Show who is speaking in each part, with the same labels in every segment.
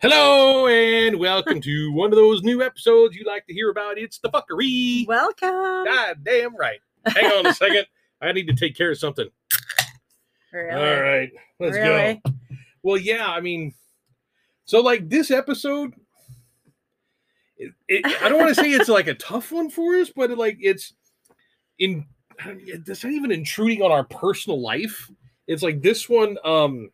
Speaker 1: Hello and welcome to one of those new episodes you like to hear about. It's the fuckery.
Speaker 2: Welcome.
Speaker 1: God damn right. Hang on a second. I need to take care of something.
Speaker 2: Really?
Speaker 1: All right, let's go.
Speaker 2: Really?
Speaker 1: Well, yeah, I mean, so like this episode, it, it, I don't want to say it's like a tough one for us, but like it's in. I don't- It's not even intruding on our personal life. It's like this one. Um,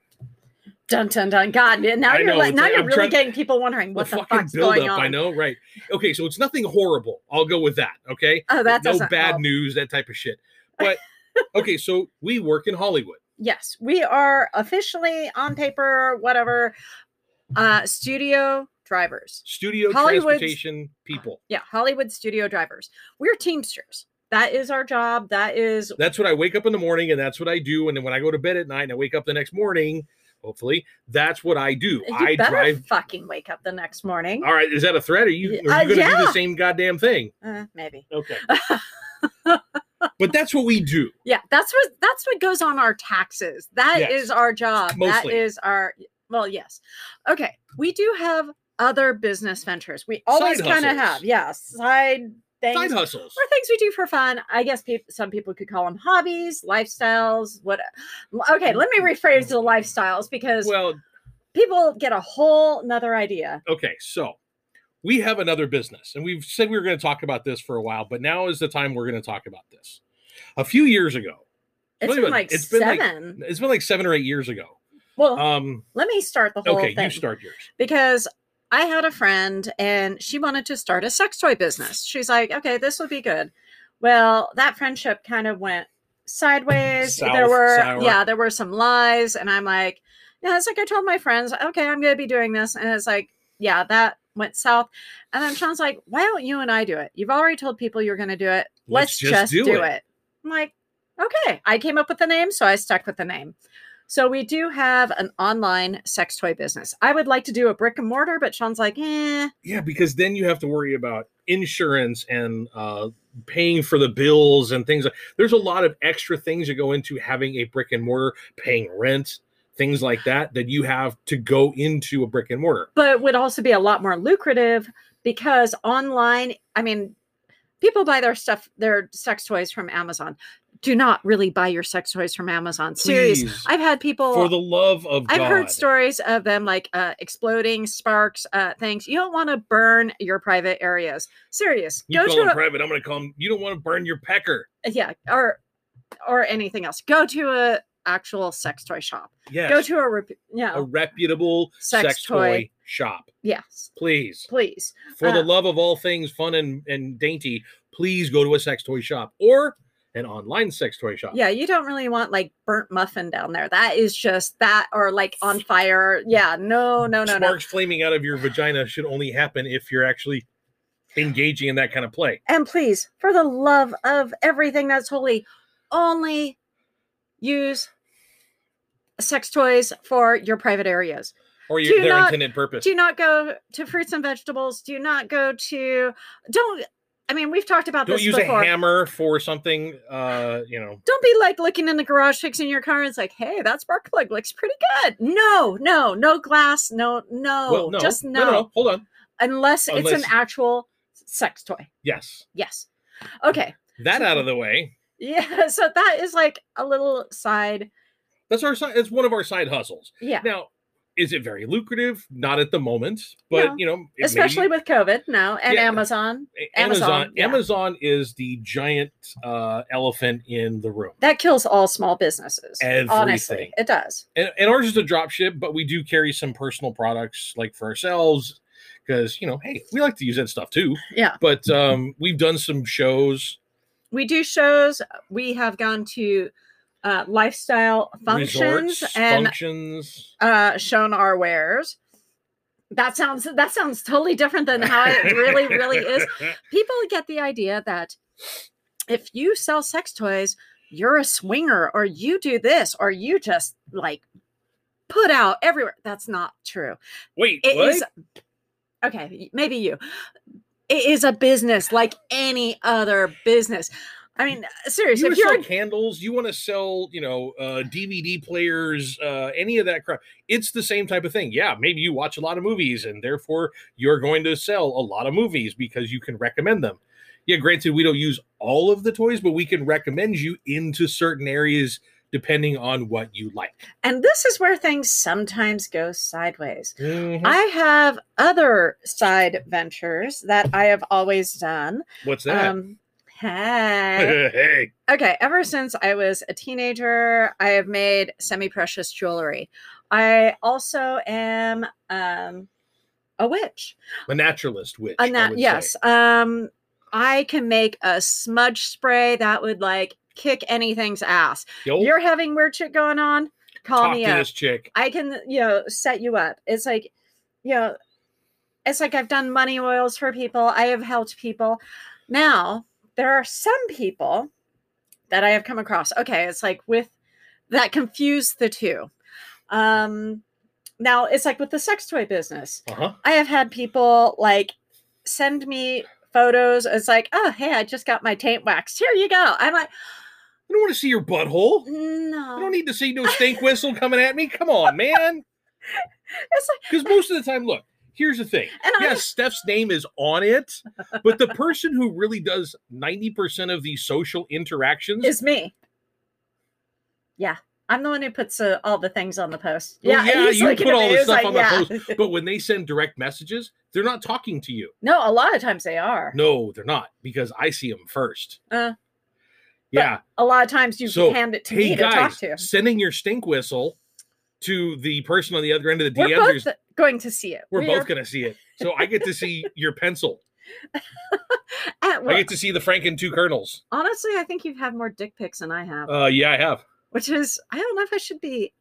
Speaker 2: Dun dun dun. God, man, now
Speaker 1: I
Speaker 2: you're
Speaker 1: know,
Speaker 2: like,
Speaker 1: it's
Speaker 2: now
Speaker 1: like-
Speaker 2: you're
Speaker 1: I'm
Speaker 2: really
Speaker 1: trying-
Speaker 2: getting people wondering what the,
Speaker 1: fucking
Speaker 2: fuck's going
Speaker 1: buildup.
Speaker 2: on.
Speaker 1: I know, right? Okay, so it's nothing horrible. I'll go with that. Okay,
Speaker 2: Oh, that
Speaker 1: no
Speaker 2: doesn't
Speaker 1: bad
Speaker 2: help.
Speaker 1: news, that type of shit. But okay, so we work in Hollywood.
Speaker 2: Yes, we are officially on paper, whatever. Uh, studio drivers.
Speaker 1: Studio
Speaker 2: Hollywood's-
Speaker 1: transportation people.
Speaker 2: Yeah, Hollywood studio drivers. We're teamsters. That is our job. That is
Speaker 1: That's what I wake up in the morning and that's what I do. And then when I go to bed at night and I wake up the next morning, hopefully, that's what I do.
Speaker 2: you
Speaker 1: I
Speaker 2: better
Speaker 1: drive.
Speaker 2: fucking wake up the next morning.
Speaker 1: All right, is that a threat? Are you,
Speaker 2: Y-
Speaker 1: are you
Speaker 2: uh,
Speaker 1: going to do
Speaker 2: yeah.
Speaker 1: the same goddamn thing?
Speaker 2: Uh, maybe.
Speaker 1: Okay. but that's what we do.
Speaker 2: Yeah, that's what that's what goes on our taxes. That is
Speaker 1: Yes.
Speaker 2: our job.
Speaker 1: Mostly.
Speaker 2: That is our well, yes. Okay, we do have other business ventures. We always
Speaker 1: Side
Speaker 2: kind of
Speaker 1: hustles.
Speaker 2: have, yeah, side things
Speaker 1: Side hustles.
Speaker 2: or things we do for fun. I guess peop some people could call them hobbies, lifestyles. What? e-, Okay, let me rephrase the lifestyles because
Speaker 1: Well,
Speaker 2: people get a whole nother idea.
Speaker 1: okay, so we have another business, and we've said we were going to talk about this for a while, but now is the time we're going to talk about this. A few years ago,
Speaker 2: It's
Speaker 1: Really,
Speaker 2: been
Speaker 1: but
Speaker 2: like
Speaker 1: it's been, like,
Speaker 2: seven.
Speaker 1: it's been like seven or eight years ago.
Speaker 2: well,
Speaker 1: Um,
Speaker 2: let me start the whole
Speaker 1: okay,
Speaker 2: thing.
Speaker 1: you start yours.
Speaker 2: because I had a friend and she wanted to start a sex toy business. She's like, okay, this will be good. Well, that friendship kind of went sideways. there
Speaker 1: South,
Speaker 2: were,
Speaker 1: sour.
Speaker 2: yeah, there were some lies. And I'm like, yeah, it's like I told my friends, okay, I'm going to be doing this. And it's like, yeah, that went south. And then Sean's like, why don't you and I do it? You've already told people you're going to do it. Let's, just, do, it. I'm like, okay, I came up with the name, so I stuck with the name. So we do have an online sex toy business. I would like to do a brick and mortar, but Sean's like, eh,
Speaker 1: Yeah, because then you have to worry about insurance and uh, paying for the bills and things. like- There's a lot of extra things that go into having a brick and mortar, paying rent, things like that, that you have to go into a brick and mortar.
Speaker 2: but it would also be a lot more lucrative because online, I mean, people buy their stuff, their sex toys from Amazon. Do not really buy your sex toys from Amazon. Seriously.
Speaker 1: Please,
Speaker 2: I've had people
Speaker 1: for the love of
Speaker 2: I've
Speaker 1: God,
Speaker 2: heard stories of them like uh, exploding sparks, uh, things. You don't want to burn your private areas. Serious.
Speaker 1: You
Speaker 2: Go
Speaker 1: call them
Speaker 2: to
Speaker 1: private. I'm going to call them. You don't want to burn your pecker.
Speaker 2: a, yeah, or or anything else. Go to a actual sex toy shop.
Speaker 1: Yes,
Speaker 2: Go to a rep-
Speaker 1: a
Speaker 2: no.
Speaker 1: reputable
Speaker 2: Sex
Speaker 1: sex,
Speaker 2: toy.
Speaker 1: toy shop,
Speaker 2: yes,
Speaker 1: please.
Speaker 2: please.
Speaker 1: for
Speaker 2: Uh,
Speaker 1: the love of all things fun and, and dainty, please go to a sex toy shop or an online sex toy shop.
Speaker 2: Yeah, you don't really want like burnt muffin down there. That is just that or like on fire. Yeah, no, no, no, no.
Speaker 1: Sparks flaming out of your vagina should only happen if you're actually engaging in that kind of play.
Speaker 2: And please, for the love of everything that's holy, only use sex toys for your private areas.
Speaker 1: Or
Speaker 2: Do
Speaker 1: your, their
Speaker 2: not-
Speaker 1: intended purpose.
Speaker 2: Do not go to fruits and vegetables. Do not go to don't I mean, we've talked about
Speaker 1: Don't
Speaker 2: this
Speaker 1: use
Speaker 2: before.
Speaker 1: a hammer for something uh, you know.
Speaker 2: don't be like looking in the garage fixing your car and it's like, hey, that spark plug looks pretty good. No, no, no glass, no, no,
Speaker 1: well, no,
Speaker 2: Oh, just
Speaker 1: no, no, no, Hold on.
Speaker 2: Unless, it's an
Speaker 1: Unless-
Speaker 2: actual sex toy.
Speaker 1: Yes.
Speaker 2: Yes. Okay.
Speaker 1: That out of the way.
Speaker 2: Yeah. So that is like a little side.
Speaker 1: That's our side it's one of our side hustles.
Speaker 2: Yeah.
Speaker 1: Now, is it very lucrative? Not at the moment, but
Speaker 2: No.
Speaker 1: you know, it may-
Speaker 2: Especially with COVID now and
Speaker 1: Yeah.
Speaker 2: Amazon.
Speaker 1: A-
Speaker 2: Amazon,
Speaker 1: Amazon. Amazon,
Speaker 2: yeah.
Speaker 1: is the giant uh, elephant in the room,
Speaker 2: That kills all small businesses. Honestly.
Speaker 1: Everything.
Speaker 2: It does.
Speaker 1: and, and ours is a drop ship, but we do carry some personal products like for ourselves because you know, hey, we like to use that stuff too.
Speaker 2: Yeah.
Speaker 1: But um, we've done some shows,
Speaker 2: We do shows. We have gone to uh, lifestyle functions
Speaker 1: resorts,
Speaker 2: and
Speaker 1: functions.
Speaker 2: uh, shown our wares. That sounds that sounds totally different than how it really really is. People get the idea that if you sell sex toys, you're a swinger, or you do this, or you just like put out everywhere. That's not true.
Speaker 1: Wait,
Speaker 2: It is
Speaker 1: what?
Speaker 2: okay. y- Maybe you. It is a business like any other business. I mean,
Speaker 1: you
Speaker 2: seriously,
Speaker 1: want
Speaker 2: if
Speaker 1: to
Speaker 2: you're
Speaker 1: sell candles, you want to sell, you know, uh, DVD players, uh, any of that crap. It's the same type of thing. Yeah, maybe you watch a lot of movies, and therefore you're going to sell a lot of movies because you can recommend them. Yeah, granted, we don't use all of the toys, but we can recommend you into certain areas depending on what you like.
Speaker 2: and this is where things sometimes go sideways. I have other side ventures that I have always done.
Speaker 1: What's that?
Speaker 2: Um, hey.
Speaker 1: hey,
Speaker 2: okay ever since i was a teenager i have made semi-precious jewelry i also am um a witch
Speaker 1: a naturalist witch.
Speaker 2: a
Speaker 1: I
Speaker 2: na-
Speaker 1: would say.
Speaker 2: yes um i can make a smudge spray that would like kick anything's ass
Speaker 1: Yo,
Speaker 2: you're having weird shit going on call
Speaker 1: Oh. talk
Speaker 2: me
Speaker 1: to
Speaker 2: up
Speaker 1: this chick.
Speaker 2: I can, you know, set you up. It's like, you know, it's like I've done money oils for people. I have helped people. Now, there are some people that I have come across. Okay, it's like with that confuse the two. Um now it's like with the sex toy business.
Speaker 1: Uh huh.
Speaker 2: I have had people like send me photos. It's like, oh hey, I just got my taint waxed. Here you go. I'm like,
Speaker 1: I don't want to see your butthole.
Speaker 2: no.
Speaker 1: I don't e-, need to see no stink whistle coming at me. Come on, man.
Speaker 2: It's like,
Speaker 1: Because most of the time, look, here's the thing.
Speaker 2: and I
Speaker 1: Yes, Steph's name is on it, but the person who really does 90% of the social interactions,
Speaker 2: is me. Yeah. I'm the one who puts uh, all the things on the post.
Speaker 1: Well, yeah,
Speaker 2: he's
Speaker 1: you
Speaker 2: looking
Speaker 1: put
Speaker 2: at
Speaker 1: all
Speaker 2: me,
Speaker 1: the
Speaker 2: he's
Speaker 1: stuff on the
Speaker 2: yeah.
Speaker 1: but when they send direct messages, they're not talking to you.
Speaker 2: no, a lot of times they are.
Speaker 1: No, they're not, because I see them first.
Speaker 2: Uh,
Speaker 1: yeah.
Speaker 2: A lot of times you
Speaker 1: So,
Speaker 2: hand it to
Speaker 1: Hey,
Speaker 2: me to talk
Speaker 1: guys,
Speaker 2: to.
Speaker 1: sending your stink whistle to the person on the other end of the
Speaker 2: We're
Speaker 1: DM,
Speaker 2: both
Speaker 1: there's-
Speaker 2: going to see it.
Speaker 1: we're
Speaker 2: We are-
Speaker 1: both going to see it. So I get to see your pencil.
Speaker 2: at
Speaker 1: I
Speaker 2: work.
Speaker 1: get to see the Franken two kernels.
Speaker 2: honestly, I think you've had more dick pics than I have,
Speaker 1: Uh, yeah, I have.
Speaker 2: which is I don't know if I should be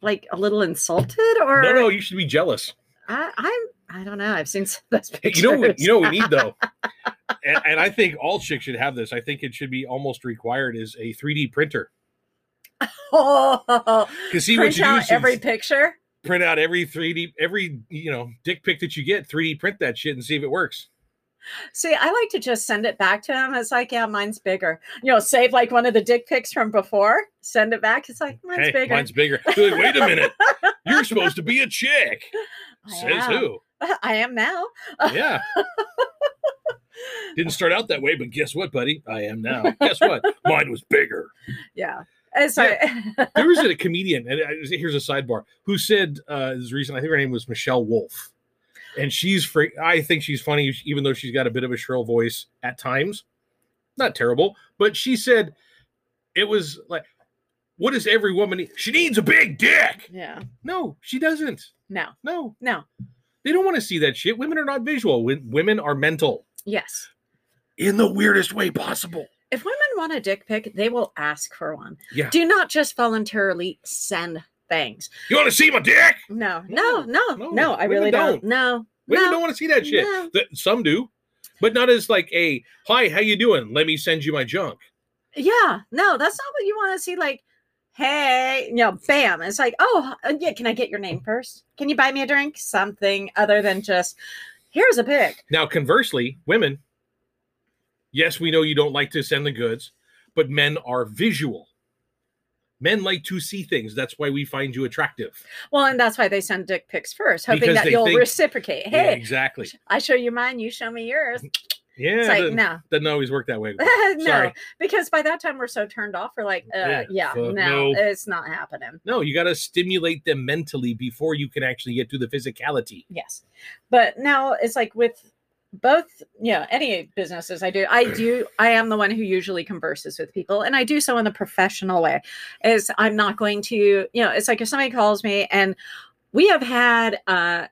Speaker 2: like a little insulted or
Speaker 1: No, no, you should be jealous.
Speaker 2: I, I'm I don't know. I've seen some of those
Speaker 1: Hey,
Speaker 2: pictures.
Speaker 1: you know what you know what we need though and, and i think all chicks should have this i think it should be almost required is a 3d printer
Speaker 2: oh,
Speaker 1: because see what
Speaker 2: print
Speaker 1: you do
Speaker 2: out
Speaker 1: is
Speaker 2: every picture.
Speaker 1: print out every 3d every you know dick pic that you get 3d print that shit and see if it works
Speaker 2: See, I like to just send it back to him. It's like, yeah, mine's bigger. You know, save like one of the dick pics from before, send it back. It's like mine's
Speaker 1: hey
Speaker 2: bigger.
Speaker 1: mine's bigger You're like, wait a minute you're supposed to be a chick
Speaker 2: I
Speaker 1: says
Speaker 2: am.
Speaker 1: who
Speaker 2: I am now.
Speaker 1: yeah didn't start out that way but guess what buddy i am now guess what mine was bigger
Speaker 2: Yeah. And so,
Speaker 1: there was a comedian, and I- here's a sidebar, who said uh, this recent. I think her name was Michelle Wolf, and she's free. I think she's funny, even though she's got a bit of a shrill voice at times. Not terrible, but she said it was like, "What does every woman need? She needs a big dick."
Speaker 2: yeah.
Speaker 1: No, she doesn't.
Speaker 2: No.
Speaker 1: No,
Speaker 2: No.
Speaker 1: they don't want to see that shit. Women are not visual. Wo- Women are mental
Speaker 2: Yes.
Speaker 1: in the weirdest way possible.
Speaker 2: If women want a dick pic, they will ask for one.
Speaker 1: Yeah.
Speaker 2: Do not just voluntarily send things.
Speaker 1: You want to see my dick?
Speaker 2: No. No. No. No.
Speaker 1: No,
Speaker 2: I
Speaker 1: women
Speaker 2: really don't.
Speaker 1: don't.
Speaker 2: No.
Speaker 1: Women
Speaker 2: no.
Speaker 1: don't want to see that shit.
Speaker 2: No.
Speaker 1: Th- some do, but not as like a hi, how you doing? Let me send you my junk.
Speaker 2: Yeah. No. That's not what you want to see. Like. Hey, you know, bam. It's like, oh, uh, yeah, can I get your name first? Can you buy me a drink? Something other than just, here's a pic.
Speaker 1: Now, conversely, women, yes, we know you don't like to send the goods, but men are visual. Men like to see things. That's why we find you attractive.
Speaker 2: Well, and that's why they send dick pics first, hoping
Speaker 1: Because
Speaker 2: that
Speaker 1: they
Speaker 2: you'll
Speaker 1: think-
Speaker 2: reciprocate.
Speaker 1: Yeah,
Speaker 2: Hey,
Speaker 1: exactly.
Speaker 2: I show you mine, you show me yours.
Speaker 1: Yeah,
Speaker 2: It's like,
Speaker 1: doesn't,
Speaker 2: no,
Speaker 1: doesn't always work that way.
Speaker 2: no,
Speaker 1: Sorry.
Speaker 2: because by that time we're so turned off. We're like, uh,
Speaker 1: Yeah,
Speaker 2: yeah,
Speaker 1: fuck
Speaker 2: no,
Speaker 1: no.
Speaker 2: it's not happening.
Speaker 1: No, you got to stimulate them mentally before you can actually get to the physicality.
Speaker 2: Yes, but now it's like with both, you know, any businesses I do, I do, I am the one who usually converses with people, and I do so in the professional way. Is I'm not going to, you know, it's like if somebody calls me and we have had uh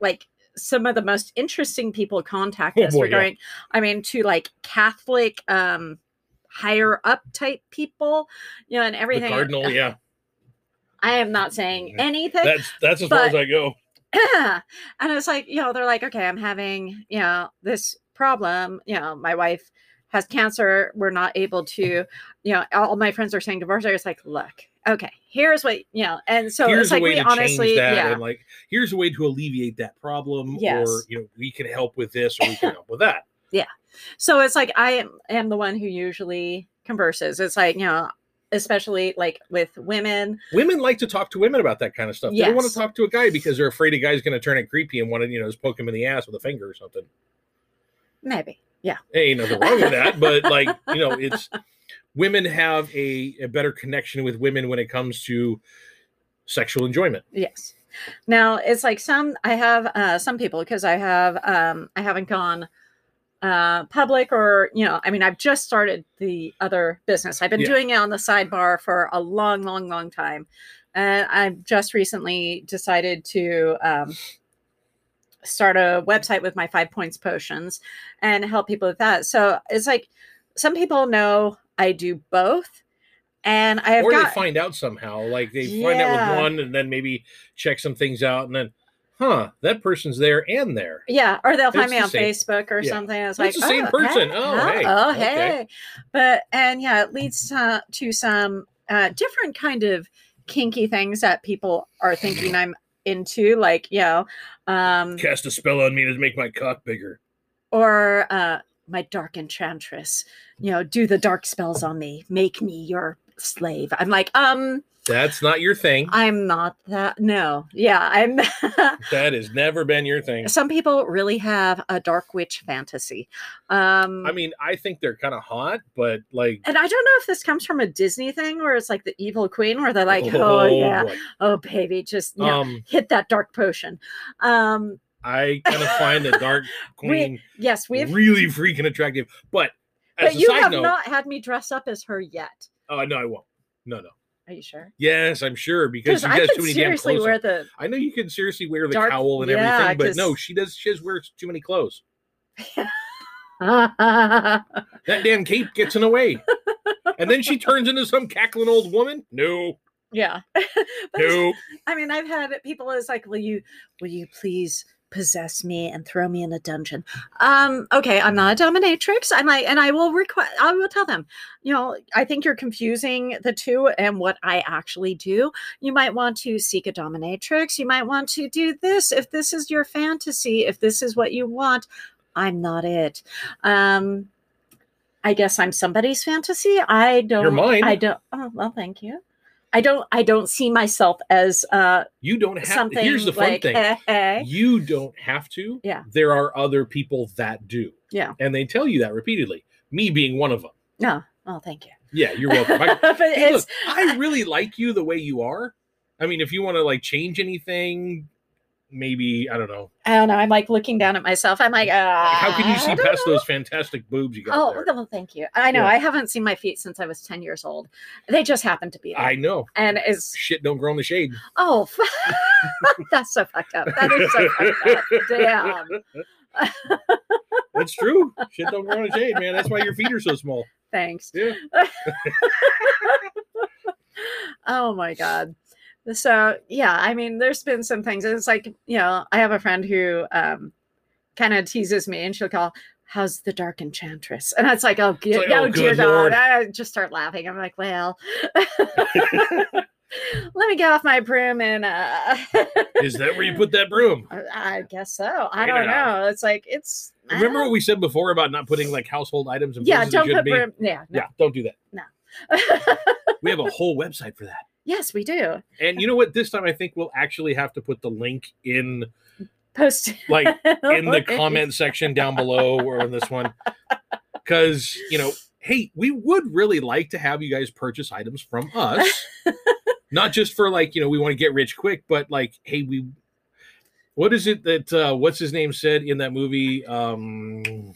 Speaker 2: like some of the most interesting people contact
Speaker 1: Oh,
Speaker 2: us
Speaker 1: boy, yeah.
Speaker 2: regarding i mean to like catholic um higher up type people you know and
Speaker 1: The
Speaker 2: everything
Speaker 1: cardinal, yeah,
Speaker 2: i am not saying
Speaker 1: Yeah.
Speaker 2: anything
Speaker 1: that's that's as far as
Speaker 2: But-
Speaker 1: I go.
Speaker 2: and it's like you know they're like okay i'm having you know this problem you know my wife has cancer we're not able to you know all my friends are saying divorce it's like look okay here's what you know and so
Speaker 1: here's
Speaker 2: it's like
Speaker 1: a way
Speaker 2: we
Speaker 1: to
Speaker 2: honestly
Speaker 1: change that
Speaker 2: yeah
Speaker 1: and like here's a way to alleviate that problem or
Speaker 2: Yes.
Speaker 1: you know we can help with this or we can help with that
Speaker 2: So it's like I am, am the one who usually converses. It's like, you know, especially like with women.
Speaker 1: Women like to talk to women about that kind of stuff. They don't want
Speaker 2: Yes.
Speaker 1: to talk to a guy because they're afraid a guy's going to turn it creepy and want to, you know, just poke him in the ass with a finger or something.
Speaker 2: Maybe. Yeah.
Speaker 1: Hey, ain't nothing wrong with that, but like, you know, it's women have a, a better connection with women when it comes to sexual enjoyment.
Speaker 2: Yes. Now it's like some I have uh some people because I have um I haven't gone uh public or you know I mean I've just started the other business. I've been
Speaker 1: Yeah.
Speaker 2: doing it on the sidebar for a long long long time. And I've just recently decided to um start a website with my five points potions and help people with that. So it's like some people know I do both and I have
Speaker 1: or
Speaker 2: got
Speaker 1: they find out somehow. Like they find out
Speaker 2: Yeah.
Speaker 1: with one and then maybe check some things out and then, huh, that person's there and there.
Speaker 2: Yeah, or they'll
Speaker 1: It's
Speaker 2: find me
Speaker 1: the
Speaker 2: on
Speaker 1: same-
Speaker 2: Facebook or
Speaker 1: yeah.
Speaker 2: something.
Speaker 1: It's
Speaker 2: It's like
Speaker 1: the same
Speaker 2: oh,
Speaker 1: person.
Speaker 2: Hey,
Speaker 1: Oh, hey,
Speaker 2: oh,
Speaker 1: okay.
Speaker 2: hey. But and yeah, it leads to, to some uh, different kind of kinky things that people are thinking I'm into, like you know, um,
Speaker 1: Cast a spell on me to make my cock bigger.
Speaker 2: or uh, my dark enchantress. You know, do the dark spells on me, make me your slave. I'm like, um,
Speaker 1: That's not your thing.
Speaker 2: I'm not that. No, yeah, I'm.
Speaker 1: That has never been your thing.
Speaker 2: some people really have a dark witch fantasy. Um,
Speaker 1: I mean, I think they're kind of hot, but like,
Speaker 2: and I don't know if this comes from a Disney thing where it's like the evil queen where they're like, oh, yeah,
Speaker 1: boy.
Speaker 2: oh baby, just you know,
Speaker 1: Um,
Speaker 2: hit that dark potion. Um,
Speaker 1: I kind of find the dark
Speaker 2: We-
Speaker 1: queen
Speaker 2: yes, we've
Speaker 1: really freaking attractive. But as
Speaker 2: but
Speaker 1: a
Speaker 2: you
Speaker 1: side
Speaker 2: have
Speaker 1: note,
Speaker 2: not had me dress up as her yet.
Speaker 1: oh no, I won't. No, no.
Speaker 2: Are you sure?
Speaker 1: Yes, I'm sure because
Speaker 2: Because
Speaker 1: she
Speaker 2: I
Speaker 1: has too
Speaker 2: can
Speaker 1: many damn
Speaker 2: seriously
Speaker 1: clothes.
Speaker 2: wear
Speaker 1: on.
Speaker 2: the
Speaker 1: I know you can seriously wear the
Speaker 2: dark-
Speaker 1: cowl and
Speaker 2: yeah,
Speaker 1: everything, but no,
Speaker 2: 'cause-
Speaker 1: she does. She just wears too many clothes.
Speaker 2: no,
Speaker 1: That damn cape gets in the way, and then she turns into some cackling old woman. No,
Speaker 2: yeah. But it's-
Speaker 1: no.
Speaker 2: I mean, I've had people as like, "Will you, will you please possess me and throw me in a dungeon?" Um, okay, I'm not a dominatrix. I'm like, and I will request. I will tell them, you know, I think you're confusing the two and what I actually do. You might want to seek a dominatrix. You might want to do this if this is your fantasy. If this is what you want, I'm not it. Um, I guess I'm somebody's fantasy. I don't.
Speaker 1: mine.
Speaker 2: I don't. Oh well, thank you. I don't. I don't see myself as uh,
Speaker 1: You don't have.
Speaker 2: something
Speaker 1: here's the fun
Speaker 2: like,
Speaker 1: thing.
Speaker 2: eh, eh.
Speaker 1: you don't have to.
Speaker 2: Yeah.
Speaker 1: There are other people that do.
Speaker 2: Yeah.
Speaker 1: And they tell you that repeatedly. Me being one of them.
Speaker 2: No. Oh, thank you.
Speaker 1: Yeah, you're welcome. I,
Speaker 2: but
Speaker 1: hey,
Speaker 2: it's
Speaker 1: look, I really like you the way you are. I mean, if you want to like change anything, maybe I don't know.
Speaker 2: I don't know. I'm like looking down at myself. I'm like, ah.
Speaker 1: How can you see
Speaker 2: I don't
Speaker 1: past
Speaker 2: know."
Speaker 1: those fantastic boobs you got
Speaker 2: Oh
Speaker 1: there?
Speaker 2: well, thank you. I know.
Speaker 1: Yeah.
Speaker 2: I haven't seen my feet since I was ten years old. They just happened to be there,
Speaker 1: I know.
Speaker 2: and it's
Speaker 1: Shit don't grow in the shade.
Speaker 2: oh, that's so fucked up. That is so fucked up. Damn.
Speaker 1: That's true. Shit don't grow in the shade, man. That's why your feet are so small.
Speaker 2: Thanks.
Speaker 1: Yeah.
Speaker 2: Oh my god. So yeah, I mean, there's been some things. It's like you know, I have a friend who um, kind of teases me, and she'll call, "How's the dark enchantress?" And it's like, "Oh, ge-
Speaker 1: like,
Speaker 2: no,
Speaker 1: "Oh,
Speaker 2: dear
Speaker 1: good Lord."
Speaker 2: God!" I just start laughing. I'm like, "Well, let me get off my broom and uh,
Speaker 1: Is that where you put that broom?
Speaker 2: I guess so. I
Speaker 1: Figure it
Speaker 2: don't
Speaker 1: out.
Speaker 2: know. It's like it's I
Speaker 1: Remember
Speaker 2: don't-
Speaker 1: what we said before about not putting like household items in
Speaker 2: yeah,
Speaker 1: places they
Speaker 2: don't put
Speaker 1: shouldn't be?
Speaker 2: broom. Yeah, no.
Speaker 1: Yeah, don't do that.
Speaker 2: yeah.
Speaker 1: We have a whole website for that.
Speaker 2: yes, we do
Speaker 1: And you know what? This time I think we'll actually have to put the link in
Speaker 2: post
Speaker 1: like in the comment section down below or on this one. Cause you know, hey, we would really like to have you guys purchase items from us. Not just for like, you know, we want to get rich quick, but like, hey, we what is it that uh what's his name said in that movie? Um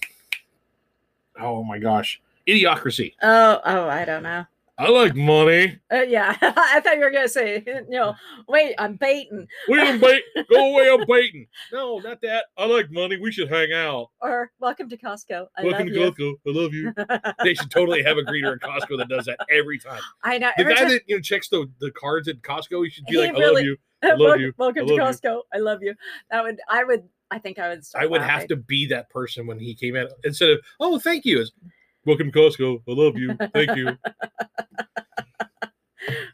Speaker 1: oh my gosh. Idiocracy.
Speaker 2: Oh, oh, I don't know.
Speaker 1: I like money.
Speaker 2: Uh, yeah, I thought you were gonna say, you know, wait, I'm baiting,
Speaker 1: We don't bait. Go away, I'm baiting. No, not that. I like money. We should hang out.
Speaker 2: or welcome to Costco. I
Speaker 1: Welcome to
Speaker 2: love you.
Speaker 1: Costco. I love you. they should totally have a greeter at Costco that does that every time.
Speaker 2: I know.
Speaker 1: The
Speaker 2: every
Speaker 1: guy
Speaker 2: time-
Speaker 1: that you know checks the, the cards at Costco, he should be
Speaker 2: He
Speaker 1: like, "I love
Speaker 2: really-
Speaker 1: you." I love you.
Speaker 2: Welcome
Speaker 1: I
Speaker 2: to
Speaker 1: love
Speaker 2: Costco. I love you. That would, I would, I think I would. Start
Speaker 1: I would have to be that person when he came in instead of, "Oh, thank you." Is welcome to Costco. I love you. Thank you.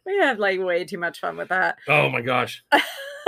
Speaker 2: We have like way too much fun with that.
Speaker 1: oh my gosh.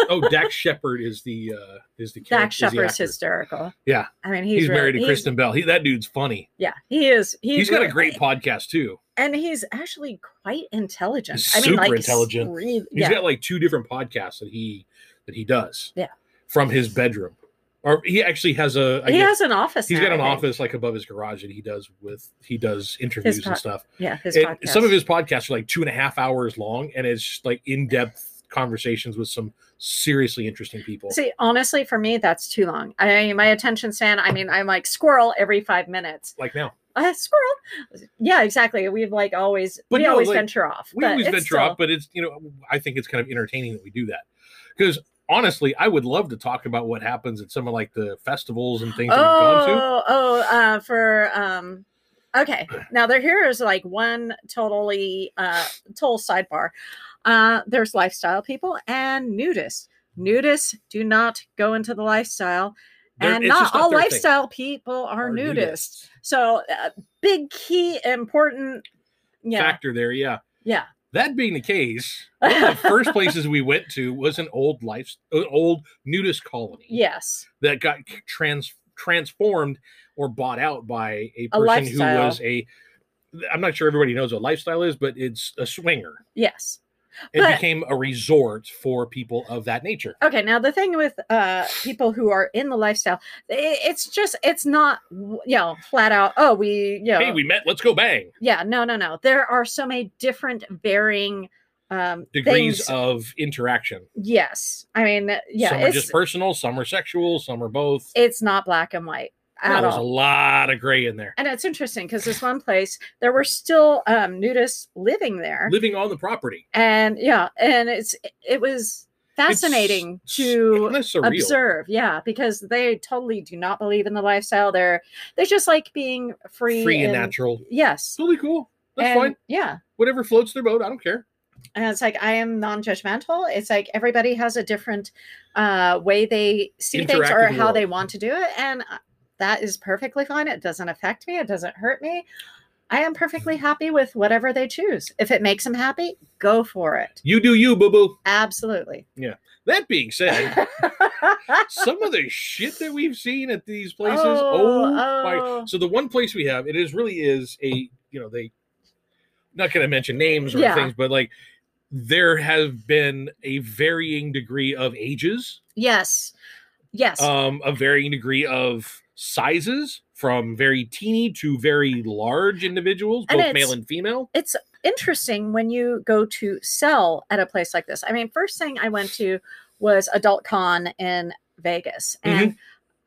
Speaker 1: Oh, Dax Shepard is the uh is the
Speaker 2: Dak
Speaker 1: character- is the
Speaker 2: Shepard's
Speaker 1: actor.
Speaker 2: hysterical.
Speaker 1: Yeah.
Speaker 2: I mean, he's,
Speaker 1: He's,
Speaker 2: really-
Speaker 1: married to Kristen Bell. He that dude's funny.
Speaker 2: Yeah, he is. He's,
Speaker 1: he's got a
Speaker 2: really-
Speaker 1: great podcast too.
Speaker 2: and he's actually quite intelligent.
Speaker 3: He's
Speaker 2: I mean,
Speaker 3: super
Speaker 2: like
Speaker 3: intelligent.
Speaker 2: really-
Speaker 1: He's
Speaker 2: yeah,
Speaker 1: got like two different podcasts that he that he does.
Speaker 2: Yeah.
Speaker 1: From his bedroom, or he actually has a. I
Speaker 2: he
Speaker 1: guess,
Speaker 2: has an office.
Speaker 1: he's
Speaker 2: now,
Speaker 1: got an
Speaker 2: I think.
Speaker 1: office like above his garage that he does with he does interviews
Speaker 2: pod-
Speaker 1: and stuff.
Speaker 2: Yeah, his
Speaker 1: And
Speaker 2: podcast.
Speaker 1: some of his podcasts are like two and a half hours long, and it's just, like in depth conversations with some seriously interesting people.
Speaker 2: See, honestly, for me, that's too long. I my attention span. I mean, I'm like squirrel every five minutes.
Speaker 1: like now,
Speaker 2: Uh, squirrel. Yeah, exactly. We've like always.
Speaker 1: But
Speaker 2: we
Speaker 1: no,
Speaker 2: always
Speaker 1: like,
Speaker 2: venture off.
Speaker 1: we
Speaker 2: but
Speaker 1: always
Speaker 2: it's
Speaker 1: venture
Speaker 2: still-
Speaker 1: off, but it's you know I think it's kind of entertaining that we do that because honestly, I would love to talk about what happens at some of like the festivals and things that we've gone to.
Speaker 2: Oh, oh, uh, for um, okay. Now there here is like one totally uh total sidebar. Uh, there's lifestyle people and nudists. Nudists do not go into the lifestyle,
Speaker 1: They're-
Speaker 2: and
Speaker 1: it's
Speaker 2: not
Speaker 1: just not
Speaker 2: all
Speaker 1: their thing.
Speaker 2: lifestyle people are,
Speaker 1: Are
Speaker 2: nudists. So, uh, big key important. Yeah,
Speaker 1: Factor there, yeah.
Speaker 2: yeah.
Speaker 1: That being the case, one of the first places we went to was an old life, an old nudist colony
Speaker 2: yes,
Speaker 1: that got trans transformed or bought out by a
Speaker 2: A
Speaker 1: person who
Speaker 2: lifestyle.
Speaker 1: was a. I'm not sure everybody knows what lifestyle is, but it's a swinger.
Speaker 2: yes.
Speaker 1: It
Speaker 2: But-
Speaker 1: became a resort for people of that nature.
Speaker 2: okay now the thing with uh people who are in the lifestyle i- it's just it's not you know flat out oh we you know
Speaker 1: Hey, we met. Let's go bang.
Speaker 2: yeah no no no there are so many different varying um
Speaker 1: Degrees
Speaker 2: things.
Speaker 1: of interaction.
Speaker 2: yes i mean uh, yeah
Speaker 1: some are
Speaker 2: it's
Speaker 1: just personal, some are sexual, some are both.
Speaker 2: it's not black and white
Speaker 1: No,
Speaker 2: at
Speaker 1: there's a
Speaker 2: all
Speaker 1: lot of gray in there.
Speaker 2: and it's interesting because this one place there were still um nudists living there
Speaker 1: Living on the property.
Speaker 2: and yeah and it's it was
Speaker 1: It's
Speaker 2: fascinating
Speaker 1: s-
Speaker 2: to
Speaker 1: kinda surreal.
Speaker 2: observe yeah because they totally do not believe in the lifestyle they're they just like being free
Speaker 1: free and natural.
Speaker 2: yes
Speaker 1: Totally cool. That's
Speaker 2: and,
Speaker 1: fine.
Speaker 2: yeah
Speaker 1: Whatever floats their boat, I don't care.
Speaker 2: and it's like i am non-judgmental it's like everybody has a different uh way they see things
Speaker 1: Interact
Speaker 2: or
Speaker 1: with the
Speaker 2: how they
Speaker 1: world.
Speaker 2: want to do it and uh, that is perfectly fine it doesn't affect me it doesn't hurt me i am perfectly happy with whatever they choose if it makes them happy go for it
Speaker 1: You do you, boo boo.
Speaker 2: absolutely
Speaker 1: That being said, some of the shit that we've seen at these places.
Speaker 2: Oh,
Speaker 1: Oh, my!
Speaker 2: oh.
Speaker 1: So the one place we have, it is really is a you know they. Not going to mention names or
Speaker 2: Yeah.
Speaker 1: things, but like there have been a varying degree of ages,
Speaker 2: yes yes
Speaker 1: um, a varying degree of sizes from very teeny to very large individuals,
Speaker 2: And
Speaker 1: both male
Speaker 2: it's-
Speaker 1: and female.
Speaker 2: it's interesting when you go to sell at a place like this. I mean, first thing I went to was Adult Con in Vegas.
Speaker 1: Mm-hmm.
Speaker 2: And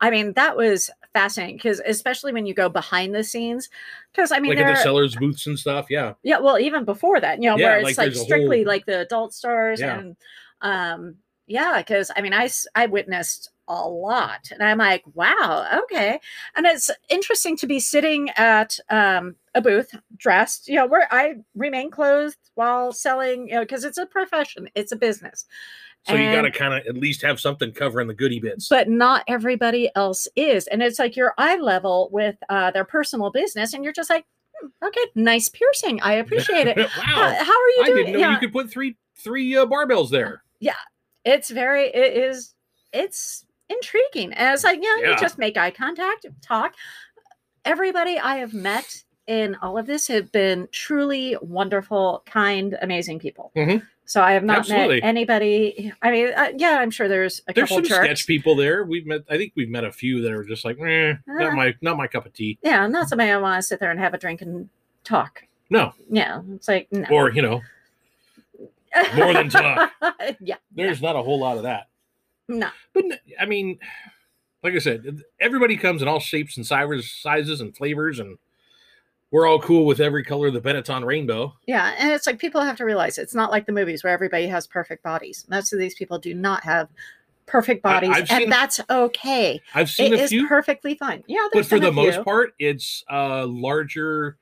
Speaker 2: I mean, that was fascinating because especially when you go behind the scenes, because I mean,
Speaker 1: like
Speaker 2: there
Speaker 1: at the
Speaker 2: are-
Speaker 1: sellers' booths and stuff. Yeah.
Speaker 2: yeah, well, even before that, you know,
Speaker 1: Yeah,
Speaker 2: where
Speaker 1: like,
Speaker 2: it's like,
Speaker 1: there's a
Speaker 2: strictly
Speaker 1: whole-
Speaker 2: like the adult stars
Speaker 1: Yeah.
Speaker 2: and um yeah, because I mean I s- I witnessed a lot and I'm like, wow, okay. And it's interesting to be sitting at um a booth dressed, you know, where I remain clothed while selling, you know, because it's a profession, it's a business.
Speaker 1: So you got to
Speaker 2: And-
Speaker 1: kind of at least have something covering the goodie bits.
Speaker 2: But not everybody else is. And it's like your eye level with uh, their personal business, and you're just like, hmm, okay, nice piercing. I appreciate it.
Speaker 1: wow.
Speaker 2: How, how are you
Speaker 1: I
Speaker 2: doing?
Speaker 1: didn't know
Speaker 2: Yeah.
Speaker 1: you could put three three uh, barbells there.
Speaker 2: it's very it is it's intriguing and it's like yeah,
Speaker 1: Yeah.
Speaker 2: you just make eye contact talk everybody i have met in all of this have been truly wonderful kind amazing people
Speaker 1: Mhm.
Speaker 2: so i have not
Speaker 1: Absolutely.
Speaker 2: met anybody i mean uh, yeah i'm sure there's a
Speaker 1: There's
Speaker 2: couple
Speaker 1: some
Speaker 2: jerks
Speaker 1: sketch people there. We've met. I think we've met a few that are just like, eh,
Speaker 2: Ah.
Speaker 1: not my not my cup of tea.
Speaker 2: yeah not somebody i want to sit there and have a drink and talk
Speaker 1: No,
Speaker 2: yeah it's like no
Speaker 1: or you know, more than talk.
Speaker 2: yeah
Speaker 1: there's not a whole lot of that.
Speaker 2: no
Speaker 1: But n- I mean, like I said, everybody comes in all shapes and sizes, sizes and flavors, and we're all cool with every color of the Benetton rainbow.
Speaker 2: Yeah, and it's like people have to realize it's not like the movies where everybody has perfect bodies. Most of these people do not have perfect
Speaker 1: I-
Speaker 2: bodies,
Speaker 1: I've
Speaker 2: and
Speaker 1: seen-
Speaker 2: that's okay.
Speaker 1: I've seen
Speaker 2: It
Speaker 1: a
Speaker 2: is
Speaker 1: few.
Speaker 2: perfectly fine. Yeah,
Speaker 1: but
Speaker 2: there's
Speaker 1: for
Speaker 2: been
Speaker 1: the
Speaker 2: a
Speaker 1: most
Speaker 2: few.
Speaker 1: part it's uh larger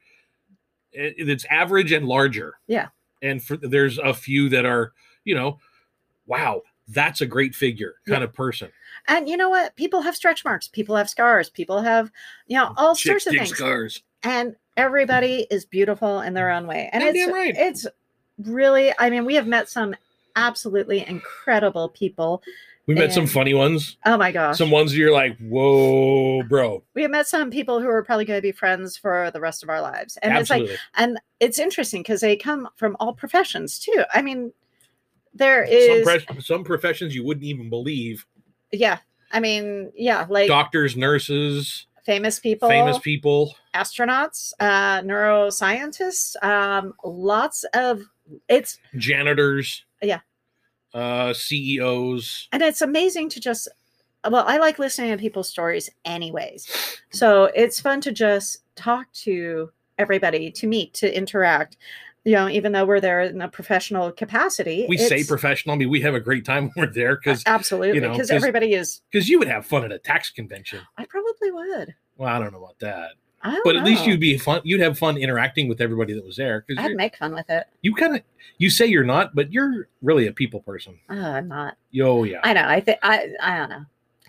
Speaker 1: it- it's average and larger
Speaker 2: Yeah.
Speaker 1: and for there's a few that are you know wow that's a great figure kind of person
Speaker 2: and you know what? People have stretch marks. People have scars. People have, you know, all
Speaker 1: Chick
Speaker 2: sorts of
Speaker 1: dig
Speaker 2: things.
Speaker 1: scars Mm-hmm.
Speaker 2: And everybody is beautiful in their own way. And
Speaker 1: Goddamn
Speaker 2: it's
Speaker 1: right.
Speaker 2: it's really, I mean, we have met some absolutely incredible people,
Speaker 1: We met some
Speaker 2: And-
Speaker 1: funny ones,
Speaker 2: Oh my gosh.
Speaker 1: some ones you're like, whoa, bro.
Speaker 2: we met some people who are probably going to be friends for the rest of our lives. And it's like,
Speaker 1: Absolutely.
Speaker 2: and it's interesting because they come from all professions too. I mean, there
Speaker 1: some,
Speaker 2: is,
Speaker 1: pres- some professions you wouldn't even believe
Speaker 2: yeah. I mean, yeah, like
Speaker 1: doctors, nurses,
Speaker 2: famous people,
Speaker 1: famous people.
Speaker 2: astronauts, uh, neuroscientists, um, lots of it's,
Speaker 1: janitors
Speaker 2: Yeah.
Speaker 1: uh ceos
Speaker 2: and it's amazing to just, well, I like listening to people's stories anyways. So it's fun to just talk to everybody, to meet, to interact. You know, even though we're there in a professional capacity,
Speaker 1: we say
Speaker 2: it's-
Speaker 1: professional i mean we have a great time when we're there because
Speaker 2: absolutely
Speaker 1: know,
Speaker 2: because
Speaker 1: 'cause-
Speaker 2: everybody is.
Speaker 1: because you would have fun at a tax convention
Speaker 2: I probably would.
Speaker 1: well i don't know about that
Speaker 2: I don't
Speaker 1: but at least
Speaker 2: know.
Speaker 1: you'd be fun you'd have fun interacting with everybody that was there because
Speaker 2: I'd make fun with it.
Speaker 1: you kind of you say you're not but you're really a people person
Speaker 2: Oh, I'm not.
Speaker 1: oh yeah
Speaker 2: I know. I think I. I don't know.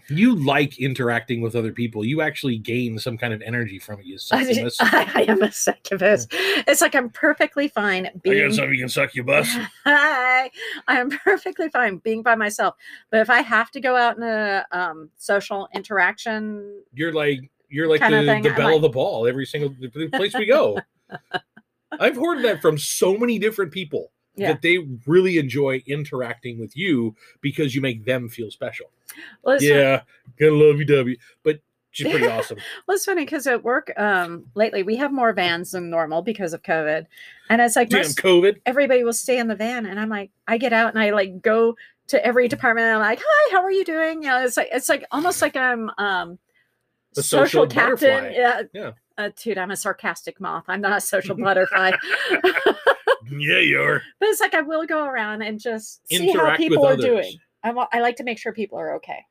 Speaker 1: you like interacting with other people you actually gain some kind of energy from it you
Speaker 2: I,
Speaker 1: succubus. I,
Speaker 2: I, am a succubus. It's like I'm perfectly fine being.
Speaker 1: got something you can suck your bus
Speaker 2: Hi, I am perfectly fine being by myself. But if I have to go out in a um, social interaction
Speaker 1: you're like you're like
Speaker 2: Kinda
Speaker 1: the,
Speaker 2: thing,
Speaker 1: the
Speaker 2: I
Speaker 1: belle
Speaker 2: like.
Speaker 1: of the ball every single the place we go. I've heard that from so many different people
Speaker 2: Yeah.
Speaker 1: that they really enjoy interacting with you because you make them feel special.
Speaker 2: Well, it's,
Speaker 1: yeah, gonna love you, W. But she's pretty awesome.
Speaker 2: well, it's funny because at work um, lately we have more vans than normal because of COVID, and it's like
Speaker 1: Damn
Speaker 2: most-
Speaker 1: COVID.
Speaker 2: everybody will stay in the van, and I'm like, I get out and I like go to every department, and I'm like, hi, how are you doing? You know, it's like it's like almost like I'm um,
Speaker 1: The social butterfly.
Speaker 2: Yeah.
Speaker 1: Yeah.
Speaker 2: Uh, dude, I'm a sarcastic moth. I'm not a social butterfly.
Speaker 1: Yeah, you are.
Speaker 2: But it's like I will go around and just see how
Speaker 1: Interact with
Speaker 2: people are
Speaker 1: others.
Speaker 2: doing. I, wa- I like to make sure people are okay.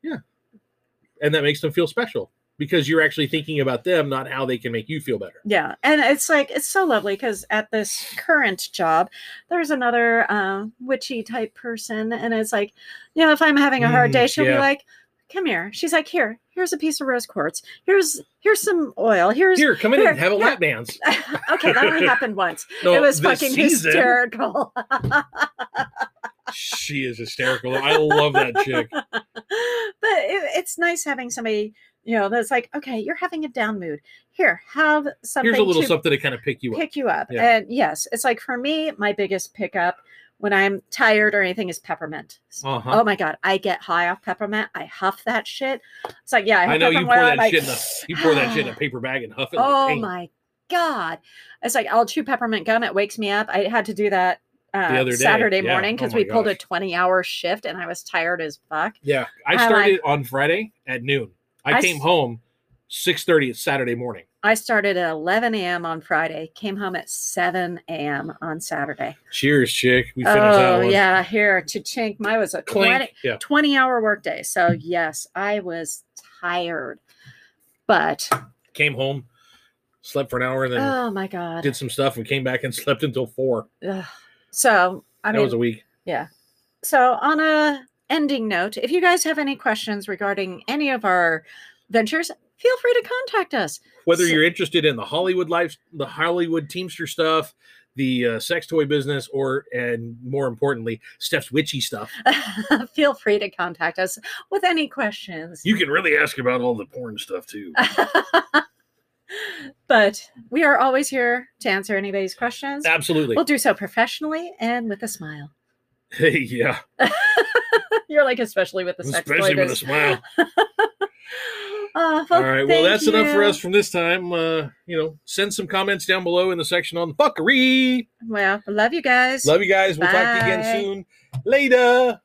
Speaker 1: And that makes them feel special because you're actually thinking about them, not how they can make you feel better.
Speaker 2: Yeah, and it's like it's so lovely because at this current job, there's another uh, witchy type person, and it's like, you know, if I'm having a hard
Speaker 1: Mm,
Speaker 2: day, she'll be
Speaker 1: yeah.
Speaker 2: like, "Come here." She's like, "Here, here's a piece of rose quartz. Here's here's some oil. Here's."
Speaker 1: Here, come in
Speaker 2: here,
Speaker 1: and have a
Speaker 2: yeah.
Speaker 1: lap dance.
Speaker 2: okay, that only happened once.
Speaker 1: No,
Speaker 2: it was
Speaker 1: this
Speaker 2: fucking
Speaker 1: season,
Speaker 2: hysterical.
Speaker 1: She is hysterical. I love that chick.
Speaker 2: but it, it's nice having somebody you know that's like okay you're having a down mood here have something
Speaker 1: Here's a little
Speaker 2: to
Speaker 1: something to kind of pick you up.
Speaker 2: pick you up
Speaker 1: Yeah.
Speaker 2: and yes it's like for me my biggest pickup when i'm tired or anything is peppermint
Speaker 1: Uh-huh.
Speaker 2: oh my god i get high off peppermint i huff that shit it's like yeah i,
Speaker 1: I
Speaker 2: huff
Speaker 1: know you
Speaker 2: peppermint
Speaker 1: pour
Speaker 2: oil,
Speaker 1: that
Speaker 2: I'm like,
Speaker 1: shit in a you pour that shit in a paper bag and huff it.
Speaker 2: oh
Speaker 1: like paint.
Speaker 2: my god it's like i'll chew peppermint gum it wakes me up i had to do that uh,
Speaker 1: other day,
Speaker 2: saturday
Speaker 1: yeah.
Speaker 2: morning
Speaker 1: Oh
Speaker 2: because
Speaker 1: my
Speaker 2: we pulled a
Speaker 1: gosh.
Speaker 2: 20 hour shift and i was tired as fuck
Speaker 1: Yeah,
Speaker 2: I
Speaker 1: I
Speaker 2: like-
Speaker 1: started on Friday at noon. I,
Speaker 2: I
Speaker 1: came
Speaker 2: s-
Speaker 1: home six thirty Saturday morning.
Speaker 2: I started at 11 a.m. on Friday, came home at 7 a.m. on Saturday.
Speaker 1: Cheers, chick. We finished
Speaker 2: Oh,
Speaker 1: that one.
Speaker 2: yeah, here to chink. Mine was a
Speaker 1: Clink.
Speaker 2: 20,
Speaker 1: Yeah.
Speaker 2: 20 hour workday. So,
Speaker 1: Hmm.
Speaker 2: yes, I was tired, but
Speaker 1: Came home, slept for an hour, and then
Speaker 2: oh my God.
Speaker 1: did some stuff and came back and slept until four.
Speaker 2: Ugh. So, I
Speaker 1: that
Speaker 2: mean,
Speaker 1: was a week.
Speaker 2: so on a ending note, if you guys have any questions regarding any of our ventures, feel free to contact us.
Speaker 1: Whether
Speaker 2: so-
Speaker 1: you're interested in the Hollywood life, the Hollywood Teamster stuff, the uh, sex toy business, or and more importantly, Steph's witchy stuff,
Speaker 2: feel free to contact us with any questions.
Speaker 1: you can really ask about all the porn stuff too.
Speaker 2: but we are always here to answer anybody's questions.
Speaker 1: Absolutely.
Speaker 2: We'll do so professionally and with a smile.
Speaker 1: Hey, yeah.
Speaker 2: You're like, especially with the sex
Speaker 1: Especially with a
Speaker 2: toys.
Speaker 1: smile.
Speaker 2: Oh,
Speaker 1: All right. Well,
Speaker 2: thank
Speaker 1: that's enough for
Speaker 2: you.
Speaker 1: us from this time. Uh, you know, send some comments down below in the section on the fuckery.
Speaker 2: Well, love you guys.
Speaker 1: Love you guys. We'll talk to you
Speaker 2: Bye.
Speaker 1: again soon. Later.